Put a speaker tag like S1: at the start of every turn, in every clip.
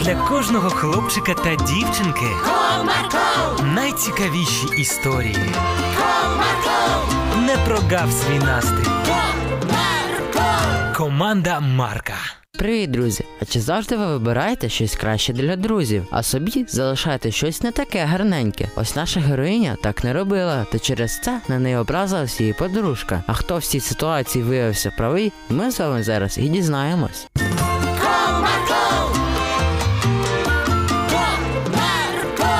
S1: для кожного хлопчика та дівчинки
S2: Comarco,
S1: найцікавіші історії.
S2: Comarco,
S1: Не прогав свій настрій.
S2: Comarco,
S1: Команда Марка.
S3: Привіт, друзі! А чи завжди ви вибираєте щось краще для друзів, а собі залишаєте щось не таке гарненьке? Ось наша героїня так не робила, та через це на неї образилась її подружка. А хто в цій ситуації виявився правий, ми з вами зараз і дізнаємось.
S2: Comarco,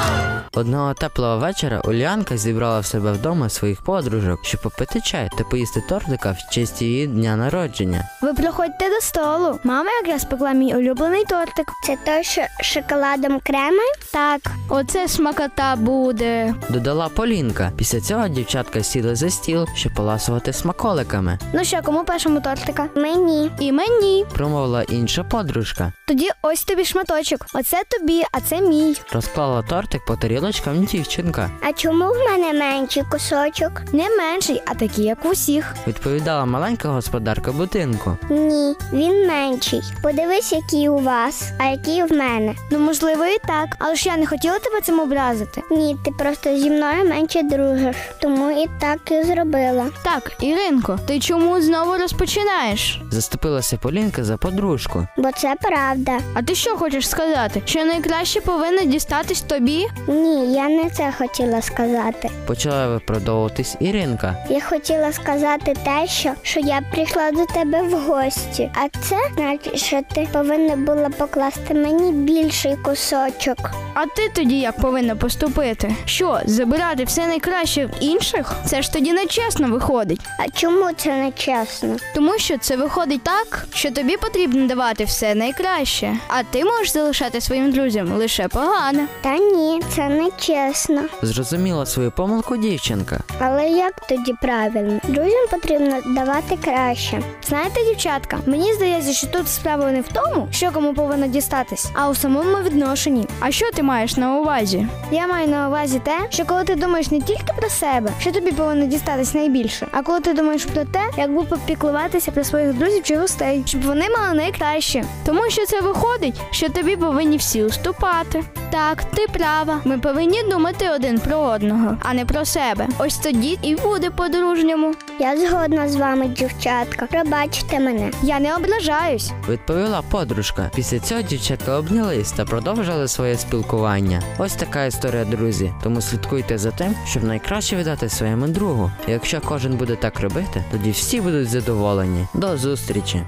S3: Одного теплого вечора Улянка зібрала в себе вдома своїх подружок, щоб попити чай та поїсти тортика в честь її дня народження.
S4: Ви приходьте до столу. Мама якраз пекла мій улюблений тортик.
S5: Це той, що з шоколадом крема?
S4: Так, оце смакота буде.
S3: Додала Полінка. Після цього дівчатка сіли за стіл, щоб поласувати смаколиками.
S4: Ну що, кому першому тортика?
S5: Мені.
S4: І мені.
S3: Промовила інша подружка.
S4: Тоді ось тобі шматочок. Оце тобі, а це мій.
S3: Розклала тортик по тарілочкам дівчинка,
S5: А чому в мене менший кусочок?
S4: Не менший, а такий, як в усіх.
S3: відповідала маленька господарка будинку.
S5: Ні, він менший. Подивись, який у вас, а який в мене.
S4: Ну, можливо, і так. Але ж я не хотіла тебе цим образити.
S5: Ні, ти просто зі мною менше дружиш, тому і так і зробила.
S4: Так, Іринко, ти чому знову розпочинаєш?
S3: Заступилася Полінка за подружку.
S5: Бо це правда.
S4: А ти що хочеш сказати? Що найкраще повинно дістатись тобі?
S5: Ні, я не це хотіла сказати.
S3: Почала виправдовуватись Іринка.
S5: Я хотіла сказати те, що, що я прийшла до тебе в гості. А це значить, що ти повинна була покласти мені більший кусочок.
S6: А ти тоді як повинна поступити? Що, забирати все найкраще в інших? Це ж тоді нечесно виходить,
S5: А чому це не чесно?
S6: тому що це виходить так, що тобі потрібно давати все найкраще, а ти можеш залишати своїм друзям лише погане.
S5: Та ні, це не чесно.
S3: Зрозуміла свою помилку дівчинка.
S5: Але як тоді правильно? Друзям потрібно давати краще.
S6: Знаєте, дівчатка, мені здається, що тут справа не в тому, що кому повинно дістатись, а у самому відношенні. А що ти маєш на увазі? Я маю на увазі те, що коли ти думаєш не тільки про себе, що тобі повинно дістатись найбільше, а коли ти думаєш про те, як би попіклуватися про своїх друзів чи гостей, щоб вони мали найкраще. Тому що це виходить, що тобі повинні всі уступати. Так, ти права. Ми повинні думати один про одного, а не про себе. Ось тоді і буде по-дружньому.
S5: Я згодна з вами, дівчатка. Пробачте мене.
S6: Я не облажаюсь.
S3: Відповіла подружка. Після цього дівчатка обнялись та продовжили своє спілкування. Ось така історія, друзі. Тому слідкуйте за тим, щоб найкраще віддати своєму другу. Якщо кожен буде так робити, тоді всі будуть задоволені. До зустрічі!